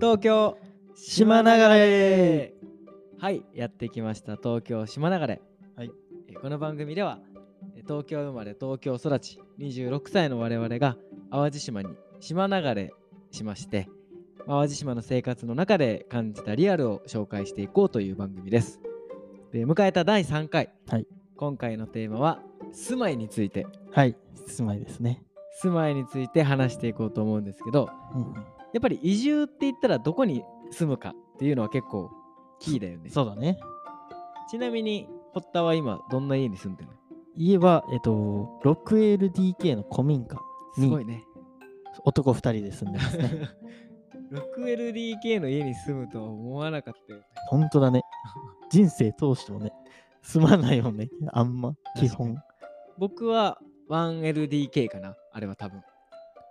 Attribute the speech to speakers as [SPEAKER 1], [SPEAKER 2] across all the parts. [SPEAKER 1] 東京島流れはいやってきました東京島流れ、
[SPEAKER 2] はい
[SPEAKER 1] えーこの番組ではえー東京生まれ東京育ち26歳の我々が淡路島に島流れしまして淡路島の生活の中で感じたリアルを紹介していこうという番組ですで迎えた第3回、
[SPEAKER 2] はい
[SPEAKER 1] 今回のテーマは住まいについて
[SPEAKER 2] はい、住まいですね。
[SPEAKER 1] 住まいについて話していこうと思うんですけど
[SPEAKER 2] うんうん
[SPEAKER 1] やっぱり移住って言ったらどこに住むかっていうのは結構キーだよね。
[SPEAKER 2] そうだね。
[SPEAKER 1] ちなみに堀田は今どんな家に住んでるの
[SPEAKER 2] 家は、えっと、6LDK の古民家、
[SPEAKER 1] すごいね。
[SPEAKER 2] 男2人で住んでます ね。
[SPEAKER 1] 6LDK の家に住むとは思わなかったよね。
[SPEAKER 2] 本当だね。人生通してもね、住まないよね、あんま、基本。
[SPEAKER 1] 僕は 1LDK かなあれは多分。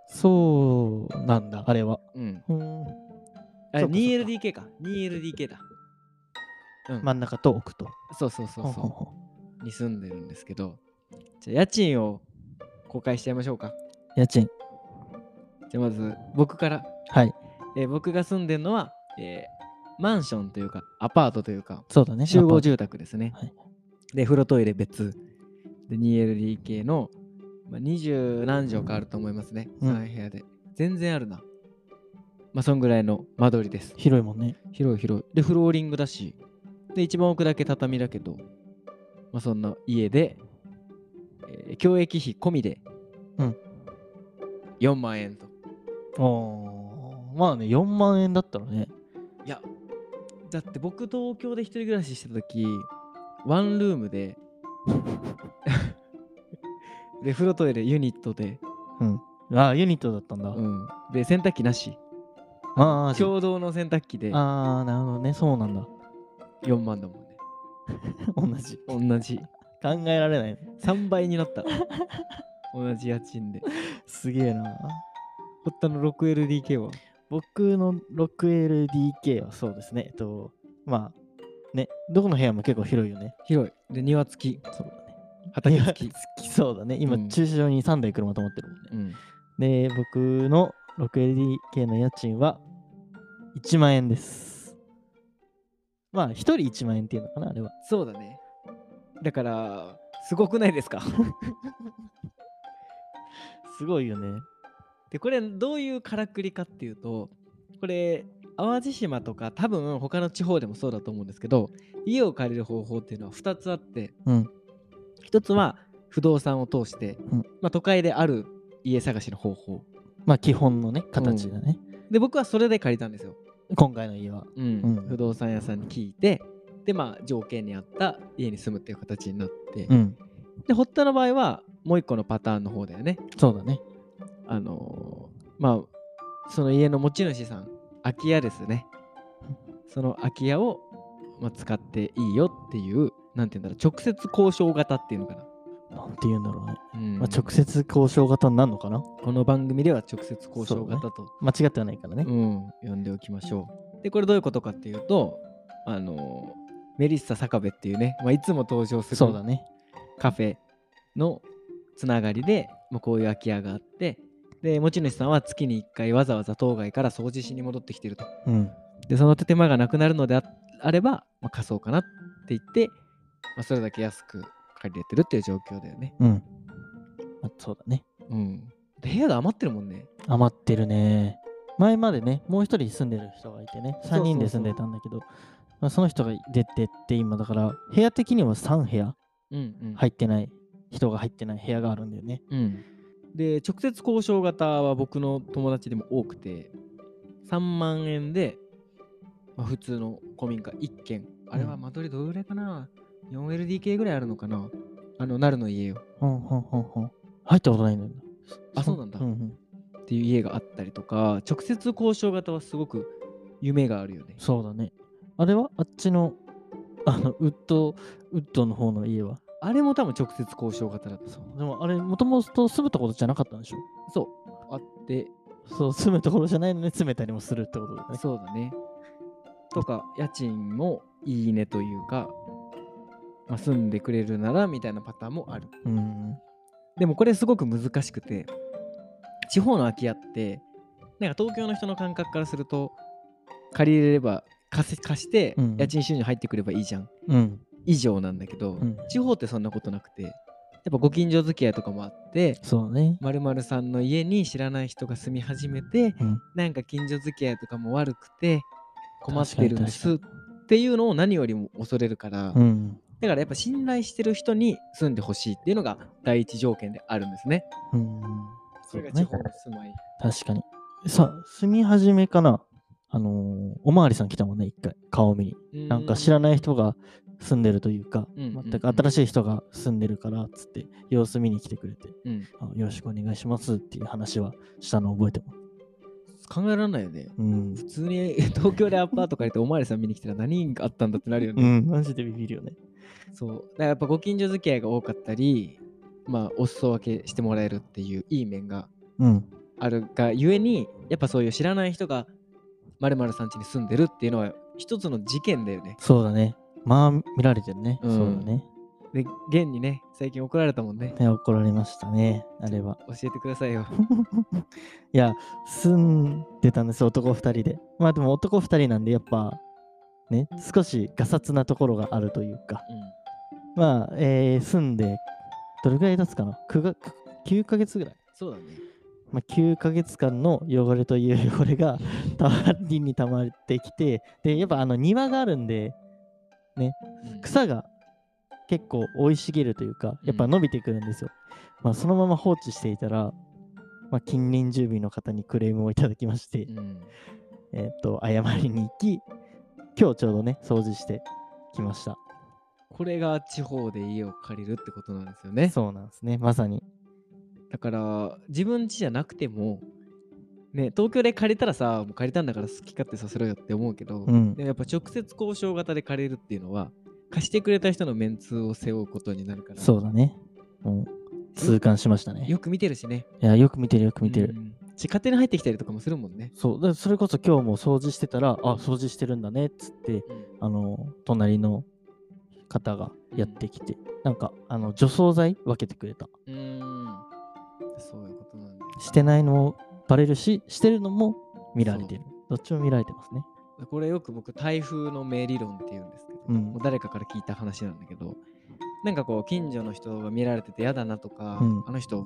[SPEAKER 2] そうなんだ、あれは。
[SPEAKER 1] うん。
[SPEAKER 2] うん
[SPEAKER 1] あ
[SPEAKER 2] そっかそっか
[SPEAKER 1] 2LDK か。2LDK だ。うん。
[SPEAKER 2] 真ん中と奥と。
[SPEAKER 1] そうそうそう
[SPEAKER 2] ほんほ
[SPEAKER 1] そ
[SPEAKER 2] んほ
[SPEAKER 1] う。に住んでるんですけど。じゃあ家賃を公開しちゃいましょうか。
[SPEAKER 2] ん家賃。
[SPEAKER 1] じゃあまず僕から。
[SPEAKER 2] はい、
[SPEAKER 1] えー僕が住んでるのは、えーマンションというかアパートというか
[SPEAKER 2] そうだね。
[SPEAKER 1] 集合
[SPEAKER 2] アパート
[SPEAKER 1] 住宅ですね、
[SPEAKER 2] はい
[SPEAKER 1] で風呂トイレ別で 2LDK の、まあ、20何畳かあると思いますね、
[SPEAKER 2] うん
[SPEAKER 1] 3部屋で全然あるなまあそんぐらいの間取りです
[SPEAKER 2] 広いもんね。
[SPEAKER 1] 広い広いでフローリングだしで一番奥だけ畳だけど、まあ、そんな家で、えー教育費込みで、
[SPEAKER 2] うん
[SPEAKER 1] 4万円と
[SPEAKER 2] おーまあね、4万円だったらね。
[SPEAKER 1] いやだって僕東京で一人暮らししてた時ワンルームで で風呂トイレユニットで、
[SPEAKER 2] ああ、ユニットだったんだ。
[SPEAKER 1] うん、で洗濯機なし
[SPEAKER 2] ああ、そう
[SPEAKER 1] 共同の洗濯機で
[SPEAKER 2] あー、なるほどね、そうなんだ。
[SPEAKER 1] 4万だもんね
[SPEAKER 2] 同じ。
[SPEAKER 1] 同じ
[SPEAKER 2] 考えられない。
[SPEAKER 1] 3倍になった 同じ家賃です
[SPEAKER 2] げえな。
[SPEAKER 1] 堀田の 6LDK は
[SPEAKER 2] 僕の 6LDK はそうですね。えっと、まあ、ね、どこの部屋も結構広いよね。
[SPEAKER 1] 広いで庭付き
[SPEAKER 2] そうだね。
[SPEAKER 1] 畑付き、
[SPEAKER 2] 好きそうだね。今、
[SPEAKER 1] うん
[SPEAKER 2] 駐車場に3台車止まってるもんね。
[SPEAKER 1] うん、
[SPEAKER 2] で、僕の 6LDK の家賃は1万円です。まあ、1人1万円っていうのかな、あれは。
[SPEAKER 1] そうだねだからすごくないですか
[SPEAKER 2] すごいよね。
[SPEAKER 1] でこれどういうからくりかっていうとこれ淡路島とか多分他の地方でもそうだと思うんですけど家を借りる方法っていうのは2つあって
[SPEAKER 2] うん。
[SPEAKER 1] 1つは不動産を通して、
[SPEAKER 2] うん
[SPEAKER 1] まあ、都会である家探しの方法
[SPEAKER 2] まあ、基本のね、形だね。
[SPEAKER 1] で僕はそれで借りたんですよ、
[SPEAKER 2] 今回の家は。
[SPEAKER 1] うん
[SPEAKER 2] うん
[SPEAKER 1] 不動産屋さんに聞いてでまあ条件に合った家に住むっていう形になって、
[SPEAKER 2] うん。
[SPEAKER 1] で堀田の場合はもう一個のパターンの方だよね
[SPEAKER 2] そうだね。
[SPEAKER 1] あのーまあその家の持ち主さん空き家ですね その空き家を、まあ、使っていいよっていうなんて言うんだろう直接交渉型っていうのかな、
[SPEAKER 2] なんて言うんだろうね。
[SPEAKER 1] うん
[SPEAKER 2] まあ、直接交渉型になるのかな
[SPEAKER 1] この番組では直接交
[SPEAKER 2] そ
[SPEAKER 1] 渉
[SPEAKER 2] うね
[SPEAKER 1] 型と
[SPEAKER 2] 間違ってはないからね。
[SPEAKER 1] うん、呼んでおきましょうでこれどういうことかっていうとあのーメリッサ坂部っていうね、まあ、いつも登場する
[SPEAKER 2] そうだね。
[SPEAKER 1] カフェのつながりで、まあ、こういう空き家があってで持ち主さんは月に1回わざわざ当該から掃除しに戻ってきてると
[SPEAKER 2] うん。
[SPEAKER 1] でその手間がなくなるのでああれば、まあ、貸そうかなって言って、まあ、それだけ安く借りれてるっていう状況だよね
[SPEAKER 2] うん。まあ、そうだね。
[SPEAKER 1] うんで部屋が余ってるもんね
[SPEAKER 2] 余ってるね。前までね、もう一人住んでる人がいてね、
[SPEAKER 1] うそうそう
[SPEAKER 2] 3人で住んでたんだけど、まあ、その人が出てって、今だから、部屋的には3部屋
[SPEAKER 1] うんうん
[SPEAKER 2] 入ってない、人が入ってない部屋があるんだよね。
[SPEAKER 1] うん、で直接交渉型は僕の友達でも多くて3万円で、まあ、普通の古民家1軒あれは間取りどれぐらいかな、4LDK ぐらいあるのかなあのなるの家よ
[SPEAKER 2] ほんほんほんほん。入ったことないんだよ。
[SPEAKER 1] あそうなんだ
[SPEAKER 2] うんうん。
[SPEAKER 1] っていう家があったりとか直接交渉型はすごく夢があるよね
[SPEAKER 2] そうだね。あれはあっちの、あの、ウッド、ウッドの方の家は。
[SPEAKER 1] あれも多分直接交渉型だったそう
[SPEAKER 2] でもあれ、もともと住むところじゃなかったんでしょ
[SPEAKER 1] そうあって
[SPEAKER 2] そう、住むところじゃないのに詰めたりもするってことだね。
[SPEAKER 1] そうだねとか家賃もいいねというか、まあ、住んでくれるならみたいなパターンもある
[SPEAKER 2] うん。
[SPEAKER 1] でもこれすごく難しくて地方の空き家ってなんか東京の人の感覚からすると借りれれば貸せ貸して
[SPEAKER 2] うん
[SPEAKER 1] 家賃収入入ってくればいいじゃん、
[SPEAKER 2] うん。
[SPEAKER 1] 以上なんだけど、
[SPEAKER 2] うん
[SPEAKER 1] 地方ってそんなことなくてやっぱご近所付き合いとかもあって
[SPEAKER 2] そうね。
[SPEAKER 1] まるさんの家に知らない人が住み始めて、
[SPEAKER 2] うん
[SPEAKER 1] なんか近所付き合いとかも悪くて困ってるんですっ
[SPEAKER 2] 確か
[SPEAKER 1] ていうのを何よりも恐れるから、
[SPEAKER 2] うん。
[SPEAKER 1] だからやっぱ信頼してる人に住んでほしいっていうのが第一条件であるんですね。
[SPEAKER 2] うん。
[SPEAKER 1] そ
[SPEAKER 2] そう
[SPEAKER 1] れ
[SPEAKER 2] だ
[SPEAKER 1] が
[SPEAKER 2] ね
[SPEAKER 1] 地方の住まい。
[SPEAKER 2] 確かに。さ、住み始めかな。あのーおまわりさん来たもんね、一回、顔見に。なんか知ら
[SPEAKER 1] な
[SPEAKER 2] ない人が住んでるというか、
[SPEAKER 1] うんうんうん
[SPEAKER 2] 全く新しい人が住んでるから、つって、様子見に来てくれて、
[SPEAKER 1] い、うん
[SPEAKER 2] あよろしくお願いしますっていう話はしたの覚えてます。
[SPEAKER 1] 考えられないよね。
[SPEAKER 2] うん
[SPEAKER 1] 普。通に 東京でアパート借りておまわりさん見に来たら何があったんだってなるよ
[SPEAKER 2] う
[SPEAKER 1] ね。
[SPEAKER 2] ん、マジでビビるよね。
[SPEAKER 1] そう。だからやっぱご近所付き合いが多かったり、まあお裾分けしてもらえるっていういい面が
[SPEAKER 2] うん。
[SPEAKER 1] あるがゆえに、やっぱそういう知らない人がまるさん家に住んでるっていうのは一つの事件だよね。
[SPEAKER 2] そうだね。まあ、見られてるね。
[SPEAKER 1] うん
[SPEAKER 2] そうだね。
[SPEAKER 1] で、現にね、最近怒られたもんね。
[SPEAKER 2] ね怒られましたね、あれは。
[SPEAKER 1] 教えてくださいよ。
[SPEAKER 2] いや、住んでたんです、男2人で。まあでも男2人なんで、やっぱ、ね、少しガサツなところがあるというか、
[SPEAKER 1] う
[SPEAKER 2] まあ、えー住んで、どれぐらい経つかな ?9 月、9ヶ月ぐらい。
[SPEAKER 1] ん、そうだね。
[SPEAKER 2] まあ、9ヶ月間の汚れという汚れが たまりにたまってきて、で、やっぱあの庭があるんで、
[SPEAKER 1] うん
[SPEAKER 2] 草が結構生い茂るというかやっぱ伸びてくるんですよ、まあ、そのまま放置していたら、まあ、近隣住民の方にクレームをいただきまして、
[SPEAKER 1] うん
[SPEAKER 2] えーっと謝りに行き今日ちょうどね掃除してきました
[SPEAKER 1] これが地方で家を借りるってことなんですよね。
[SPEAKER 2] そうなんですねまさに
[SPEAKER 1] だから自分家じゃなくても、ね、東京で借りたらさもう借りたんだから好き勝手させろよって思うけど、
[SPEAKER 2] うん
[SPEAKER 1] でもやっぱ直接交渉型で借りるっていうのは貸してくれた人のメンツを背負うことになるから
[SPEAKER 2] そうだねうん痛感しましたね
[SPEAKER 1] よく見てるしね
[SPEAKER 2] いやよく見てるよく見てる、
[SPEAKER 1] うんし勝手に入ってきたりとかもするもんね、
[SPEAKER 2] そうだからそれこそ今日も掃除してたらあ掃除してるんだねっつってあの隣の方がやってきて、なんかあの除草剤分けてくれた
[SPEAKER 1] うーんそういうことなんだよ
[SPEAKER 2] してないのもバレるししてるのも見られてるどっちも見られてますね
[SPEAKER 1] これよく僕台風の名理論って言うんですけど、
[SPEAKER 2] うん
[SPEAKER 1] もう誰かから聞いた話なんだけどなんかこう近所の人が見られてて嫌だなとか、
[SPEAKER 2] うん
[SPEAKER 1] あの人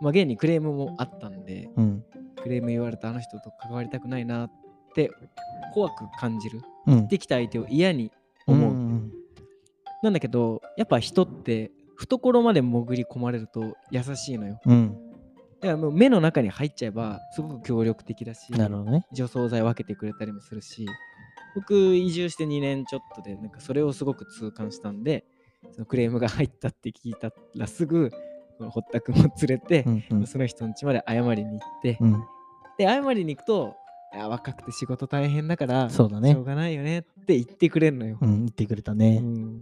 [SPEAKER 1] まあ現にクレームもあったんで
[SPEAKER 2] うん
[SPEAKER 1] クレーム言われたあの人と関わりたくないなって怖く感じる
[SPEAKER 2] うん
[SPEAKER 1] できた相手を嫌に
[SPEAKER 2] うん
[SPEAKER 1] 思う、なんだけどやっぱ人って懐まで潜り込まれると優しいのよ
[SPEAKER 2] うんうん
[SPEAKER 1] だからもう目の中に入っちゃえばすごく協力的だし
[SPEAKER 2] なるほどね
[SPEAKER 1] 除草剤分けてくれたりもするし僕移住して2年ちょっとでなんかそれをすごく痛感したんでそのクレームが入ったって聞いたらすぐこの堀田君を連れて
[SPEAKER 2] う、んうん
[SPEAKER 1] その人の家まで謝りに行って、
[SPEAKER 2] うん
[SPEAKER 1] で謝りに行くと「あ若くて仕事大変だから
[SPEAKER 2] そうだ
[SPEAKER 1] し
[SPEAKER 2] ね
[SPEAKER 1] ょうがないよね」って言ってくれるのよ
[SPEAKER 2] う、ん言ってくれた
[SPEAKER 1] う
[SPEAKER 2] ね
[SPEAKER 1] ん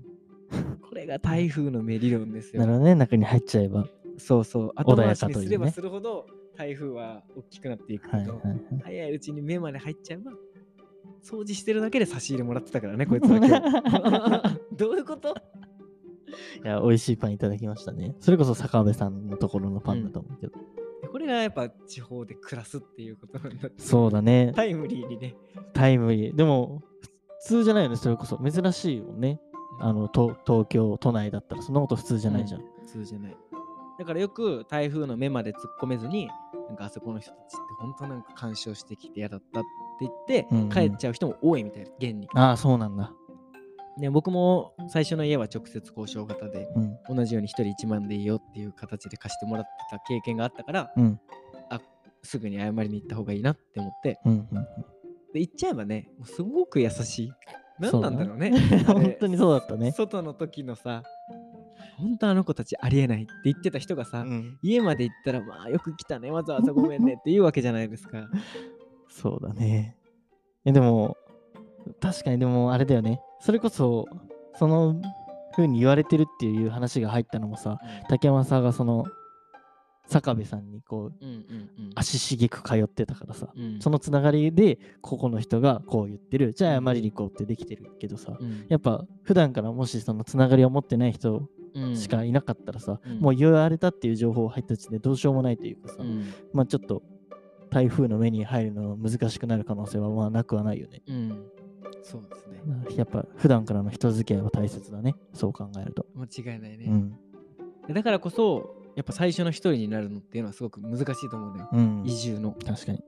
[SPEAKER 1] これが台風の目理論ですよ
[SPEAKER 2] なるほどね中に入っちゃえばは
[SPEAKER 1] そうそう後
[SPEAKER 2] 穏
[SPEAKER 1] 回
[SPEAKER 2] や
[SPEAKER 1] し
[SPEAKER 2] か
[SPEAKER 1] に
[SPEAKER 2] という
[SPEAKER 1] す
[SPEAKER 2] ね
[SPEAKER 1] ればするほど台風は大きくなっていくけ
[SPEAKER 2] いはい
[SPEAKER 1] ど、
[SPEAKER 2] はい
[SPEAKER 1] 早いうちに目まで入っちゃえば掃除してるだけで差し入れもらってたから ねこいつら今日どういうこと
[SPEAKER 2] いや美味しいパンいただきましたねそれこそ坂部さんのところのパンだと思うけど、
[SPEAKER 1] これがやっぱ地方で暮らすっていうことなんだ
[SPEAKER 2] そうだね
[SPEAKER 1] タイムリーにね
[SPEAKER 2] タイムリーでも普通じゃないよねそれこそ珍しいよねあのと東京都内だったらそんなこと普通じゃないじゃん、
[SPEAKER 1] 普通じゃないだからよく台風の目まで突っ込めずになんかあそこの人たちって本当なんか干渉してきて嫌だったって言って、
[SPEAKER 2] うんうん
[SPEAKER 1] 帰っちゃう人も多いみたいな現に
[SPEAKER 2] ああそうなんだ
[SPEAKER 1] ね僕も最初の家は直接交渉型で
[SPEAKER 2] うん
[SPEAKER 1] 同じように1人1万でいいよっていう形で貸してもらってた経験があったから
[SPEAKER 2] うん
[SPEAKER 1] すぐに謝りに行った方がいいなって思って
[SPEAKER 2] うん うん
[SPEAKER 1] で行っちゃえばねもうすごく優しい
[SPEAKER 2] そ
[SPEAKER 1] 何
[SPEAKER 2] う
[SPEAKER 1] な
[SPEAKER 2] だ
[SPEAKER 1] ん
[SPEAKER 2] ね
[SPEAKER 1] だろうねあれ
[SPEAKER 2] 本当にそうだったね。
[SPEAKER 1] 外の時のさ本当あの子たちありえないって言ってた人がさ、家まで行ったらまあよく来たねわざわざごめんねって言うわけじゃないです か
[SPEAKER 2] そうだね。えでも、確かにでもあれだよね。それこそ、その風に言われてるっていう話が入ったのもさ、竹山さんがその、坂部さんにこう、
[SPEAKER 1] うんうんうん
[SPEAKER 2] 足しげく通ってたからさ、
[SPEAKER 1] うん
[SPEAKER 2] そのつながりで、ここの人がこう言ってる、じゃあ謝りに行こうってできてるけどさ、
[SPEAKER 1] うん
[SPEAKER 2] やっぱ普段からもしそのつながりを持ってない人
[SPEAKER 1] うん
[SPEAKER 2] しかいなかったらさ、
[SPEAKER 1] うん
[SPEAKER 2] もう言われたっていう情報入った時点でどうしようもないというかさ、
[SPEAKER 1] うん
[SPEAKER 2] まあちょっと台風の目に入るの難しくなる可能性はまあなくはないよね。
[SPEAKER 1] うんそうですね
[SPEAKER 2] まあやっぱ普段からの人付き合いは大切だね。そう考えると。
[SPEAKER 1] 間違いないね
[SPEAKER 2] う、ん。
[SPEAKER 1] でだからこそやっぱ最初の一人になるのっていうのはすごく難しいと思うんだよ、
[SPEAKER 2] うん。
[SPEAKER 1] 移住の
[SPEAKER 2] 確かに。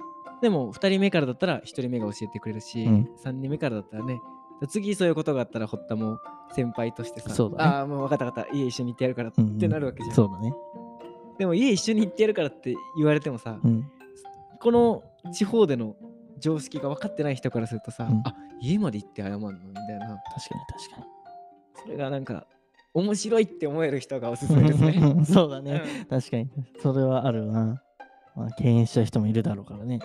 [SPEAKER 1] でも2人目からだったら1人目が教えてくれるし、
[SPEAKER 2] うん
[SPEAKER 1] 3人目からだったらね次そういうことがあったら堀田も先輩としてさ
[SPEAKER 2] そうだね
[SPEAKER 1] ああもう分かった分かった家一緒に行ってやるからっ
[SPEAKER 2] うんうん
[SPEAKER 1] てなるわけじゃん、
[SPEAKER 2] そうだね。
[SPEAKER 1] でも家一緒に行ってやるからって言われてもさ、
[SPEAKER 2] うん。
[SPEAKER 1] この地方での常識が分かってない人からするとさ、
[SPEAKER 2] うん
[SPEAKER 1] あ家まで行って謝るのみたいな
[SPEAKER 2] 確かに確かに。
[SPEAKER 1] それがなんか面白いって思える人がおすすめですね。
[SPEAKER 2] うんそうだ
[SPEAKER 1] うん
[SPEAKER 2] ね。確かに。それはあるな。まあ、敬遠しちゃう人もいるだろうからね。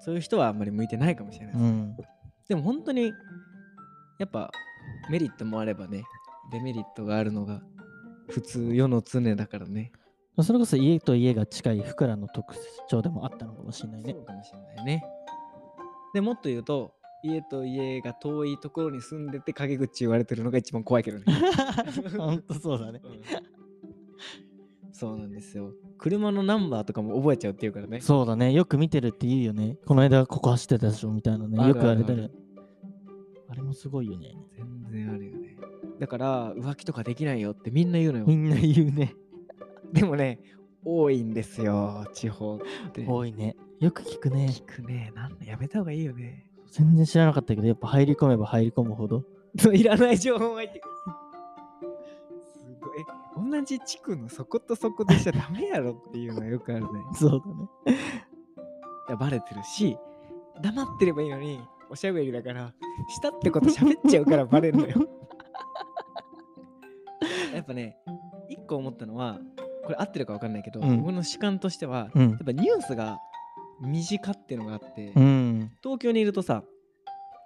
[SPEAKER 1] そういう人はあんまり向いてないかもしれない、
[SPEAKER 2] うん。
[SPEAKER 1] でも本当にやっぱメリットもあればねデメリットがあるのが普通世の常だからね
[SPEAKER 2] それこそ家と家が近い福良の特徴でもあったのかもしれないね
[SPEAKER 1] そ。うかもしれないねでもっと言うと家と家が遠いところに住んでて陰口言われてるのが一番怖い けどね
[SPEAKER 2] ほんとそう だね。
[SPEAKER 1] うんそうなんですよ車のナンバーとかも覚えちゃうっていうからね
[SPEAKER 2] そうだね。よく見てるって言うよね。この間ここ走ってたでしょみたいなね。
[SPEAKER 1] あ
[SPEAKER 2] よ
[SPEAKER 1] る
[SPEAKER 2] く
[SPEAKER 1] ある
[SPEAKER 2] あれだ
[SPEAKER 1] あ
[SPEAKER 2] よ。あれもすごいよね。
[SPEAKER 1] 全然あるよねだから浮気とかできないよってみんな言うのよ
[SPEAKER 2] みんな言うね。
[SPEAKER 1] でもね多いんですよ地方って
[SPEAKER 2] 多いね。よく聞くね。
[SPEAKER 1] 聞くねなんだやめた方がいいよね
[SPEAKER 2] 全然知らなかったけど、やっぱ入り込めば入り込むほど。
[SPEAKER 1] いらない情報が入ってくるすごいえ同じ地区のそことそこでしちゃダメやろっていうのはよくあるね
[SPEAKER 2] そうだね。
[SPEAKER 1] いやバレてるし黙ってればいいのにおしゃべりだからしたってこと喋っちゃうからバレるのよ やっぱね一個思ったのはこれ合ってるか分かんないけど、
[SPEAKER 2] うん
[SPEAKER 1] 僕の主観としては、
[SPEAKER 2] う
[SPEAKER 1] や
[SPEAKER 2] ん
[SPEAKER 1] っ。ぱニュースが身近っていうのがあって、
[SPEAKER 2] うん。
[SPEAKER 1] 東京にいるとさ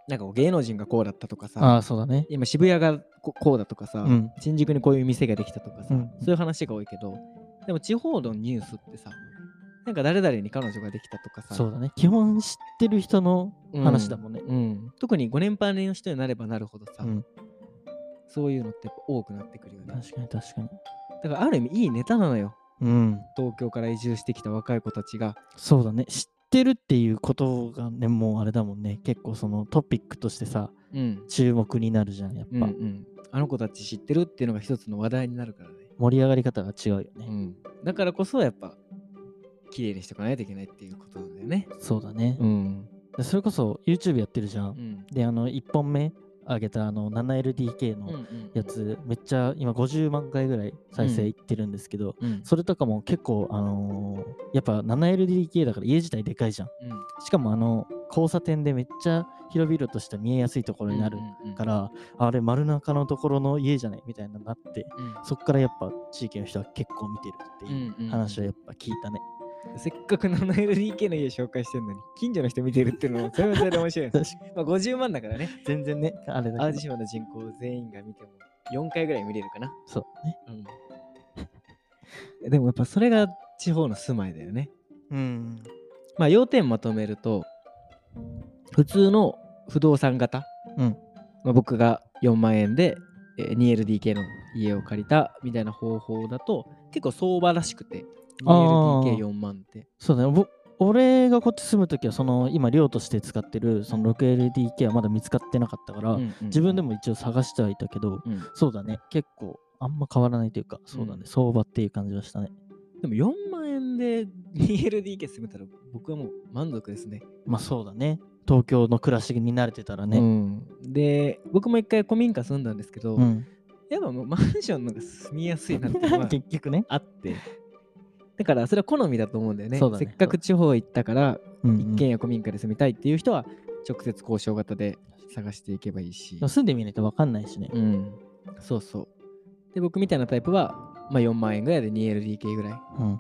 [SPEAKER 1] なんかこう芸能人がこうだったとかさ
[SPEAKER 2] ああ、そうだね。
[SPEAKER 1] 今渋谷がここうだとかさ、
[SPEAKER 2] うん。
[SPEAKER 1] 新宿にこういう店ができたとかさ、
[SPEAKER 2] うん
[SPEAKER 1] そういう話が多いけどでも地方のニュースってさなんか誰々に彼女ができたとかさ
[SPEAKER 2] そうだね。基本知ってる人の
[SPEAKER 1] うん
[SPEAKER 2] 話だもんね。
[SPEAKER 1] うん、特にご年配の人になればなるほどさ、
[SPEAKER 2] うん
[SPEAKER 1] そういうのって多くなってくるよね
[SPEAKER 2] 確かに確かに。
[SPEAKER 1] だからある意味いいネタなのよ
[SPEAKER 2] うん。
[SPEAKER 1] 東京から移住してきた若い子たちが
[SPEAKER 2] そうだね。知ってるっていうことがね、もうあれだもんね。結構そのトピックとしてさ、
[SPEAKER 1] うん、
[SPEAKER 2] 注目になるじゃん。やっぱ、
[SPEAKER 1] うんうんあの子たち知ってるっていうのが一つの話題になるからね、
[SPEAKER 2] 盛り上がり方が違うよね。
[SPEAKER 1] うん、だからこそやっぱ綺麗にしておかないといけないっていうことだよね
[SPEAKER 2] そうだね、
[SPEAKER 1] ん、
[SPEAKER 2] でそれこそ YouTube やってるじゃん。
[SPEAKER 1] うん
[SPEAKER 2] で、あの、1本目上げたあの 7LDK
[SPEAKER 1] うんう
[SPEAKER 2] の
[SPEAKER 1] ん
[SPEAKER 2] やつ、めっちゃ今50万回ぐらい再生いってるんですけど、
[SPEAKER 1] うん
[SPEAKER 2] それとかも結構、あのーやっぱ 7LDK だから家自体でかいじゃん。
[SPEAKER 1] うん
[SPEAKER 2] しかもあの交差点でめっちゃ広々とした見えやすいところになるか、ら、あれ丸中のところの家じゃないみたいなのになって
[SPEAKER 1] うんうん
[SPEAKER 2] そっからやっぱ地域の人は結構見てるって
[SPEAKER 1] うん
[SPEAKER 2] いう
[SPEAKER 1] うんうん
[SPEAKER 2] 話をやっぱ聞いたね、
[SPEAKER 1] せっかく 7LDK の家紹介してんのに近所の人見てるっていう のはそれはそれで面白い
[SPEAKER 2] 確か
[SPEAKER 1] まあ50万だからね
[SPEAKER 2] 全然ねあれだ
[SPEAKER 1] 淡路
[SPEAKER 2] けど
[SPEAKER 1] 島の人口全員が見ても4回ぐらい見れるかな、
[SPEAKER 2] そうね
[SPEAKER 1] でもやっぱそれが地方の住まいだよね
[SPEAKER 2] うん
[SPEAKER 1] まあ要点まとめると普通の不動産型、
[SPEAKER 2] うん
[SPEAKER 1] まあ、僕が4万円でえー 2LDK の家を借りたみたいな方法だと結構相場らしくて
[SPEAKER 2] あー
[SPEAKER 1] 2LDK4 万って
[SPEAKER 2] そうだねぼ俺がこっち住む時はその今寮として使ってるその 6LDK はまだ見つかってなかったから、自分で
[SPEAKER 1] も、
[SPEAKER 2] も一応探してはいたけど
[SPEAKER 1] うん
[SPEAKER 2] そうだね結構あんま変わらないというかそうだね、
[SPEAKER 1] うん
[SPEAKER 2] 相場っていう感じはしたね
[SPEAKER 1] でも4万円で 2LDK 住めたら僕はもう満足ですね
[SPEAKER 2] まあそうだね。東京の暮らしに慣れてたら
[SPEAKER 1] う
[SPEAKER 2] ね。
[SPEAKER 1] んで僕も一回古民家住んだんですけど、
[SPEAKER 2] うん。
[SPEAKER 1] やっぱもうマンションの方が住みやすいなっていうの は
[SPEAKER 2] 結局ね。
[SPEAKER 1] あってだからそれは好みだと思うんだよね
[SPEAKER 2] そうだね
[SPEAKER 1] せっかく地方行ったから
[SPEAKER 2] うんうん
[SPEAKER 1] 一軒家古民家で住みたいっていう人は直接交渉型で探していけばいいし
[SPEAKER 2] でも、住んでみないと分かんないしね。
[SPEAKER 1] うん、そうそうで僕みたいなタイプは、まあ、4万円ぐらいで 2LDK ぐらい
[SPEAKER 2] うん。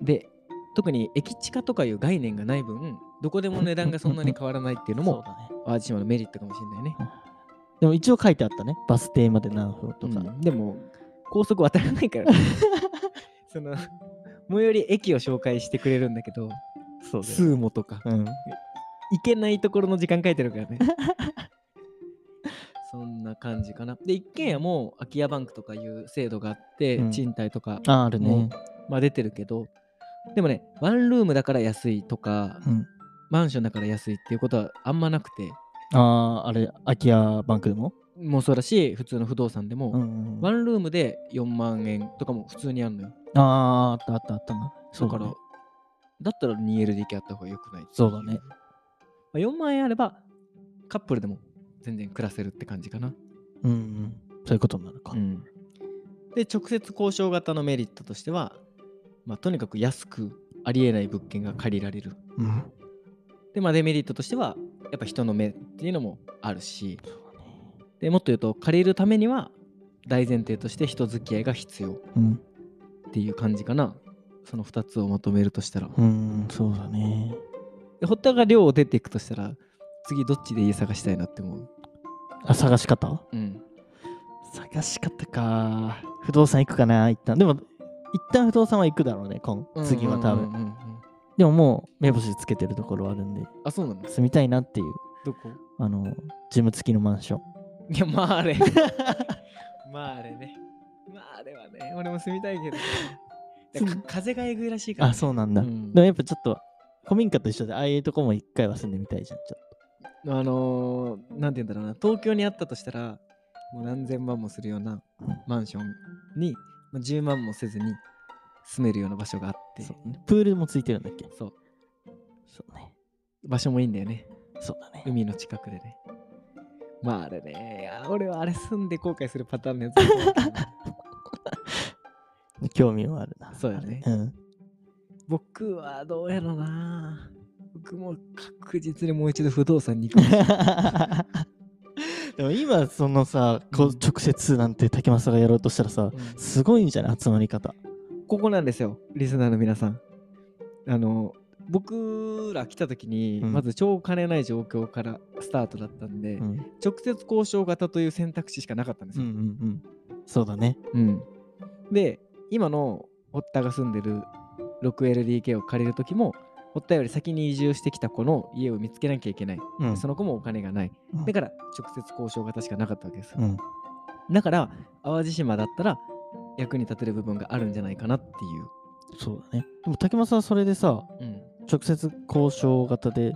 [SPEAKER 1] で特に駅地下とかいう概念がない分どこでも値段がそんなに変わらないっていうの
[SPEAKER 2] そう
[SPEAKER 1] も
[SPEAKER 2] だね。
[SPEAKER 1] 淡路島のメリットかもしれないね、
[SPEAKER 2] でも一応書いてあったね。バス停まで何分と
[SPEAKER 1] と
[SPEAKER 2] か。
[SPEAKER 1] か、でも高速渡らない からねその最寄り駅を紹介してくれるんだけど
[SPEAKER 2] そう
[SPEAKER 1] スーモとか
[SPEAKER 2] うん。
[SPEAKER 1] 行けないところの時間書いてる からねそんな感じかなで一軒家も空き家バンクとかいう制度があって、
[SPEAKER 2] うん
[SPEAKER 1] 賃貸とか
[SPEAKER 2] あ、あるね
[SPEAKER 1] も。まあ出てるけどでもねワンルームだから安いとか
[SPEAKER 2] うん。
[SPEAKER 1] マンションだから安いっていうことはあんまなくて
[SPEAKER 2] ああ、あれ、空き家バンクでも
[SPEAKER 1] もうそうだし普通の不動産でも、
[SPEAKER 2] うんうんう
[SPEAKER 1] ワ
[SPEAKER 2] ん。
[SPEAKER 1] ンルームで4万円とかも普通にあるのよ
[SPEAKER 2] ああ、あったあったあったな。
[SPEAKER 1] だ
[SPEAKER 2] そう
[SPEAKER 1] か
[SPEAKER 2] だ
[SPEAKER 1] ら
[SPEAKER 2] ね。
[SPEAKER 1] だったら 2LDK あった方が良くないってい
[SPEAKER 2] そうだね
[SPEAKER 1] まあ4万円あればカップルでも全然暮らせるって感じかな
[SPEAKER 2] うんうん。そういうことになるか。
[SPEAKER 1] で直接交渉型のメリットとしては、まあ、とにかく安くありえない物件が借りられる
[SPEAKER 2] うん。
[SPEAKER 1] で、まあ、デメリットとしてはやっぱ人の目っていうのもあるし
[SPEAKER 2] そうだね。
[SPEAKER 1] でもっと言うと借りるためには大前提として人付き合いが必要
[SPEAKER 2] うん。
[SPEAKER 1] っていう感じかなその2つをまとめるとしたら
[SPEAKER 2] うん、そうだね。
[SPEAKER 1] で堀田が寮を出ていくとしたら次どっちで家探したいなって思う
[SPEAKER 2] あ、探し方
[SPEAKER 1] うん
[SPEAKER 2] 探し方か。不動産行くかな、一旦。でも、一旦不動産は行くだろうね、今次は多
[SPEAKER 1] うん
[SPEAKER 2] 分。
[SPEAKER 1] うんうんうん
[SPEAKER 2] でももう、目星つけてるところあるんで、
[SPEAKER 1] あそうなの
[SPEAKER 2] 住みたいなっていう、
[SPEAKER 1] どこ
[SPEAKER 2] あの、ジム付きのマンション。
[SPEAKER 1] いや、まああれ。 まああれね。まああれはね、俺も住みたいけど。
[SPEAKER 2] そ
[SPEAKER 1] いやか風がえぐいらしいから、
[SPEAKER 2] あ、そうなんだ。
[SPEAKER 1] うん
[SPEAKER 2] でもやっぱちょっと、古民家と一緒で、ああいうとこも一回は住んでみたいじゃん。ちょっ
[SPEAKER 1] あのー、なんて言うんだろうな、東京にあったとしたら、もう何千万もするような
[SPEAKER 2] うん
[SPEAKER 1] マンションに、まあ、10万もせずに住めるような場所があって、
[SPEAKER 2] と
[SPEAKER 1] そ
[SPEAKER 2] そうねプールもついてるんだっけ
[SPEAKER 1] う
[SPEAKER 2] そうね。
[SPEAKER 1] 場所もいいんだよね。
[SPEAKER 2] そうだね。
[SPEAKER 1] 海の近くでね。まああれね、いや俺はあれ住んで後悔するパターンのやつだと思うけど。
[SPEAKER 2] 興味はあるな。
[SPEAKER 1] そうだね
[SPEAKER 2] あれうん。
[SPEAKER 1] 僕はどうやろな僕も確実にもう一度不動産に行く
[SPEAKER 2] でも今そのさこう
[SPEAKER 1] うん
[SPEAKER 2] 直接なんて竹正がやろうとしたらさ
[SPEAKER 1] うん
[SPEAKER 2] すごいんじゃない集まり方
[SPEAKER 1] ここなんですよリスナーの皆さんあの僕ら来た時に、
[SPEAKER 2] うん
[SPEAKER 1] まず超金ない状況からスタートだったんで、
[SPEAKER 2] うんうん
[SPEAKER 1] 直接交渉型という選択肢しかなかったんです
[SPEAKER 2] うんう
[SPEAKER 1] よ、
[SPEAKER 2] んそうだね
[SPEAKER 1] うんで今の堀田が住んでる 6LDK を借りる時も堀田より先に移住してきた子の家を見つけなきゃいけない、
[SPEAKER 2] うん
[SPEAKER 1] その子もお金がない
[SPEAKER 2] うん
[SPEAKER 1] だから直接交渉型しかなかったわけですよ、
[SPEAKER 2] うん
[SPEAKER 1] だから淡路島だったら役に立てる部分があるんじゃないかなっていう。
[SPEAKER 2] そうだねでも竹正はそれでさ
[SPEAKER 1] うん
[SPEAKER 2] 直接交渉型で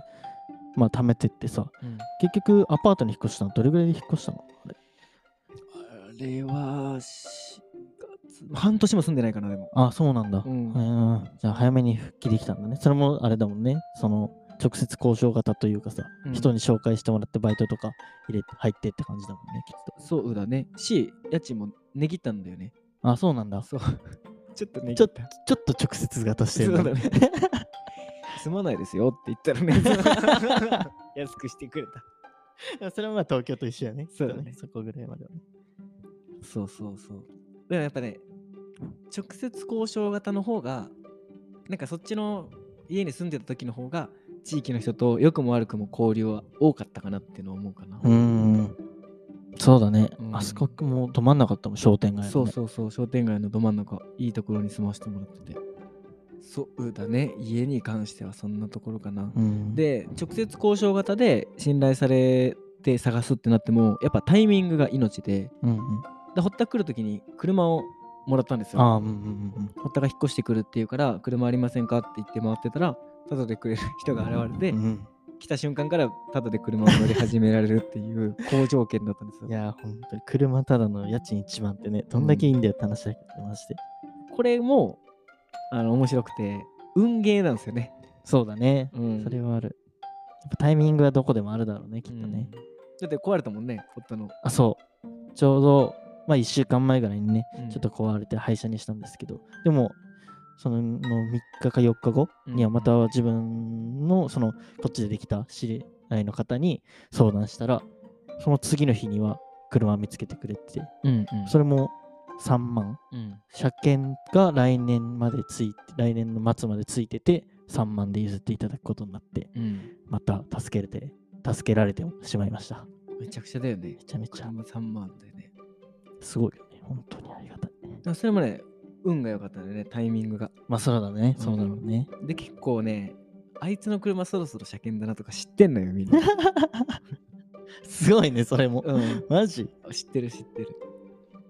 [SPEAKER 2] まあ貯めてって
[SPEAKER 1] う
[SPEAKER 2] さ
[SPEAKER 1] ん、
[SPEAKER 2] 結局アパートに引っ越したのどれぐらいで引っ越したのあれ
[SPEAKER 1] あれはし半年も住んでないかなでも。
[SPEAKER 2] あそうなんだ、
[SPEAKER 1] うん
[SPEAKER 2] うんじゃあ早めに復帰できたんだねそれもあれだもんねその直接交渉型というかさ、
[SPEAKER 1] うん
[SPEAKER 2] 人に紹介してもらってバイトとか入れて入ってって感じだもんねきっと
[SPEAKER 1] そうだね。し家賃も値切ったんだよね。
[SPEAKER 2] あ、そうなんだ。
[SPEAKER 1] そう ちょっと値
[SPEAKER 2] ち
[SPEAKER 1] 切
[SPEAKER 2] ょ
[SPEAKER 1] った。
[SPEAKER 2] ちょっと直接型してる
[SPEAKER 1] そうだね。 住まないですよって言ったらね 安くしてくれた。
[SPEAKER 2] それはまあ東京と一緒やね。
[SPEAKER 1] そうだね
[SPEAKER 2] そこぐらいまではね。
[SPEAKER 1] そうそうそう。でもやっぱね直接交渉型の方がなんかそっちの家に住んでた時の方が地域の人と良くも悪くも交流は多かったかなっていうのを思うかな。
[SPEAKER 2] うーん。そうだね。
[SPEAKER 1] うん
[SPEAKER 2] あそこもうど真ん中だったもん、商店街、ね。
[SPEAKER 1] そうそうそう商店街のど真ん中いいところに住ませてもらっててそうだね家に関してはそんなところかな、
[SPEAKER 2] うん。
[SPEAKER 1] で直接交渉型で信頼されて探すってなってもやっぱタイミングが命で
[SPEAKER 2] うんうん、
[SPEAKER 1] で堀田来る時に車をもらったんですよ
[SPEAKER 2] あー、うんうんうん
[SPEAKER 1] 堀田が引っ越してくるっていうから車ありませんかって言って回ってたらタダでくれる人が
[SPEAKER 2] うん。
[SPEAKER 1] 現れて、
[SPEAKER 2] うん
[SPEAKER 1] 来た瞬間からタダで車を乗り始められるっていう好条件だったんですよ
[SPEAKER 2] いやー、本当に車ただの家賃1万ってね、どんだけいいんだよって話だけど、マジで。
[SPEAKER 1] これもあの面白くて運ゲーなんですよね、
[SPEAKER 2] そうだね。
[SPEAKER 1] うん
[SPEAKER 2] それはある。やっぱタイミングはどこでもあるだろうね、きっとね。
[SPEAKER 1] うんだって壊れたもんね、ホットの。
[SPEAKER 2] あ、そう。ちょうど、まあ1週間前ぐらいにね、
[SPEAKER 1] うん
[SPEAKER 2] ちょっと壊れて廃車にしたんですけど、でも、そのの3日か4日後には
[SPEAKER 1] うん
[SPEAKER 2] また自分のそのこっちでできた知り合いの方に相談したら、その次の日には車見つけてくれて、
[SPEAKER 1] うんうん
[SPEAKER 2] それも3万、
[SPEAKER 1] うん
[SPEAKER 2] 車検が来年までついて、来年の末までついてて、3万で譲っていただくことになって、
[SPEAKER 1] うん。
[SPEAKER 2] また助けれて、助けられてしまいました。
[SPEAKER 1] めちゃくちゃだよね
[SPEAKER 2] め。ちゃめちゃ
[SPEAKER 1] 車3万だよね。
[SPEAKER 2] すごいよね。本当にありがたい。
[SPEAKER 1] でもそれもね、運が良かったんだよね、タイミングが。
[SPEAKER 2] まあそうだね、
[SPEAKER 1] うん
[SPEAKER 2] そうだろうね。
[SPEAKER 1] で、結構ね、あいつの車そろそろ車検だなとか知ってんのよ、みん な。
[SPEAKER 2] すごいね、それも。
[SPEAKER 1] うん。
[SPEAKER 2] マジ
[SPEAKER 1] 知ってる、知ってる。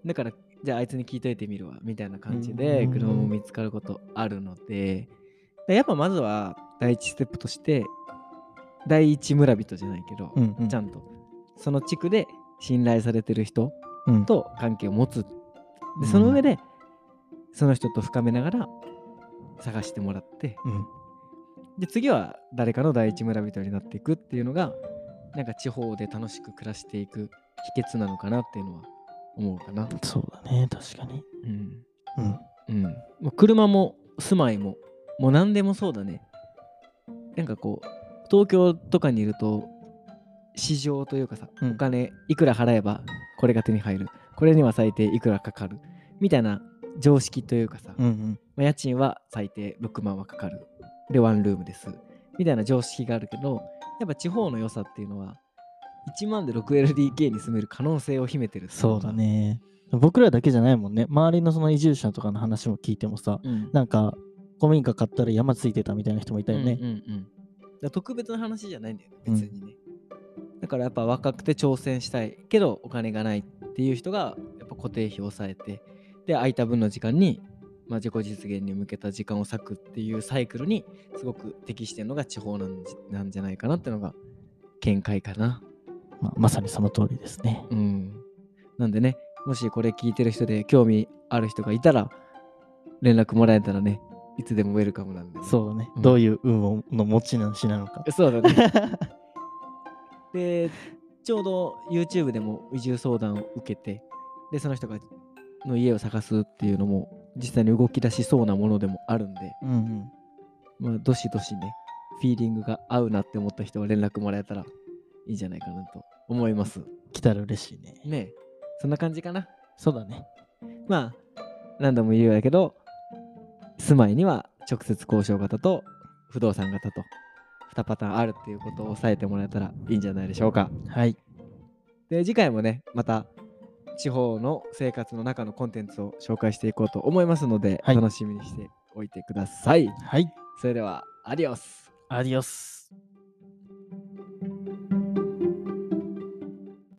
[SPEAKER 1] だから、じゃああいつに聞いといてみるわ、みたいな感じで、
[SPEAKER 2] うん
[SPEAKER 1] 車も見つかることあるので、らやっぱまずは第一ステップとして第一村人じゃないけど、
[SPEAKER 2] うんうん
[SPEAKER 1] ちゃんとその地区で信頼されてる人
[SPEAKER 2] うん
[SPEAKER 1] と関係を持つ
[SPEAKER 2] うん
[SPEAKER 1] でその上で、その人と深めながら探してもらって
[SPEAKER 2] うん
[SPEAKER 1] で次は誰かの第一村人になっていくっていうのがなんか地方で楽しく暮らしていく秘訣なのかなっていうのは思うかな。
[SPEAKER 2] そうだね確かに
[SPEAKER 1] うん
[SPEAKER 2] うん
[SPEAKER 1] うん、もう車も住まいももう何でもそうだねなんかこう東京とかにいると市場というかさ、
[SPEAKER 2] うん
[SPEAKER 1] お金いくら払えばこれが手に入るこれには最低いくらかかるみたいな常識というかさ、
[SPEAKER 2] う
[SPEAKER 1] ま
[SPEAKER 2] ん
[SPEAKER 1] あ家賃は最低6万はかかるでワンルームですみたいな常識があるけどやっぱ地方の良さっていうのは1万で 6LDK に住める可能性を秘めてるっていの
[SPEAKER 2] そ
[SPEAKER 1] が
[SPEAKER 2] うだ、ね僕らだけじゃないもんね周りのその移住者とかの話も聞いてもさ
[SPEAKER 1] うん、
[SPEAKER 2] なんか古民家買ったら山ついてたみたいな人もいたよね
[SPEAKER 1] うんうんうん、だから特別な話じゃないんだよね別にね、だからやっぱ若くて挑戦したいけどお金がないっていう人がやっぱ固定費を抑えてで空いた分の時間に、まあ、自己実現に向けた時間を割くっていうサイクルにすごく適してるのが地方なんじなんじゃないかなってのが見解かな。
[SPEAKER 2] まあまさにその通りですね
[SPEAKER 1] うん、なんでねもしこれ聞いてる人で興味ある人がいたら連絡もらえたらねいつでもウェルカムなんでね、
[SPEAKER 2] そうだね
[SPEAKER 1] うん
[SPEAKER 2] どういう運をの持ち主なのか
[SPEAKER 1] そうだね。 で、ちょうど YouTube でも移住相談を受けて、で、その人がの家を探すっていうのも、実際に動き出しそうなものでもあるんで、
[SPEAKER 2] うんうん
[SPEAKER 1] まあ、どしどしね、フィーリングが合うなって思った人は連絡もらえたらいいんじゃないかなと思います。
[SPEAKER 2] 来たら嬉しいね
[SPEAKER 1] ねえそんな感じかな。
[SPEAKER 2] そうだね
[SPEAKER 1] まあ、何度も言うようだけど、住まいには直接交渉型と不動産型と2パターンあるっていうことを押さえてもらえたらいいんじゃないでしょうか。
[SPEAKER 2] はい
[SPEAKER 1] で次回もねまた地方の生活の中のコンテンツを紹介していこうと思いますので、
[SPEAKER 2] はい
[SPEAKER 1] 楽しみにしておいてください
[SPEAKER 2] はい
[SPEAKER 1] それではアディオス
[SPEAKER 2] アディオス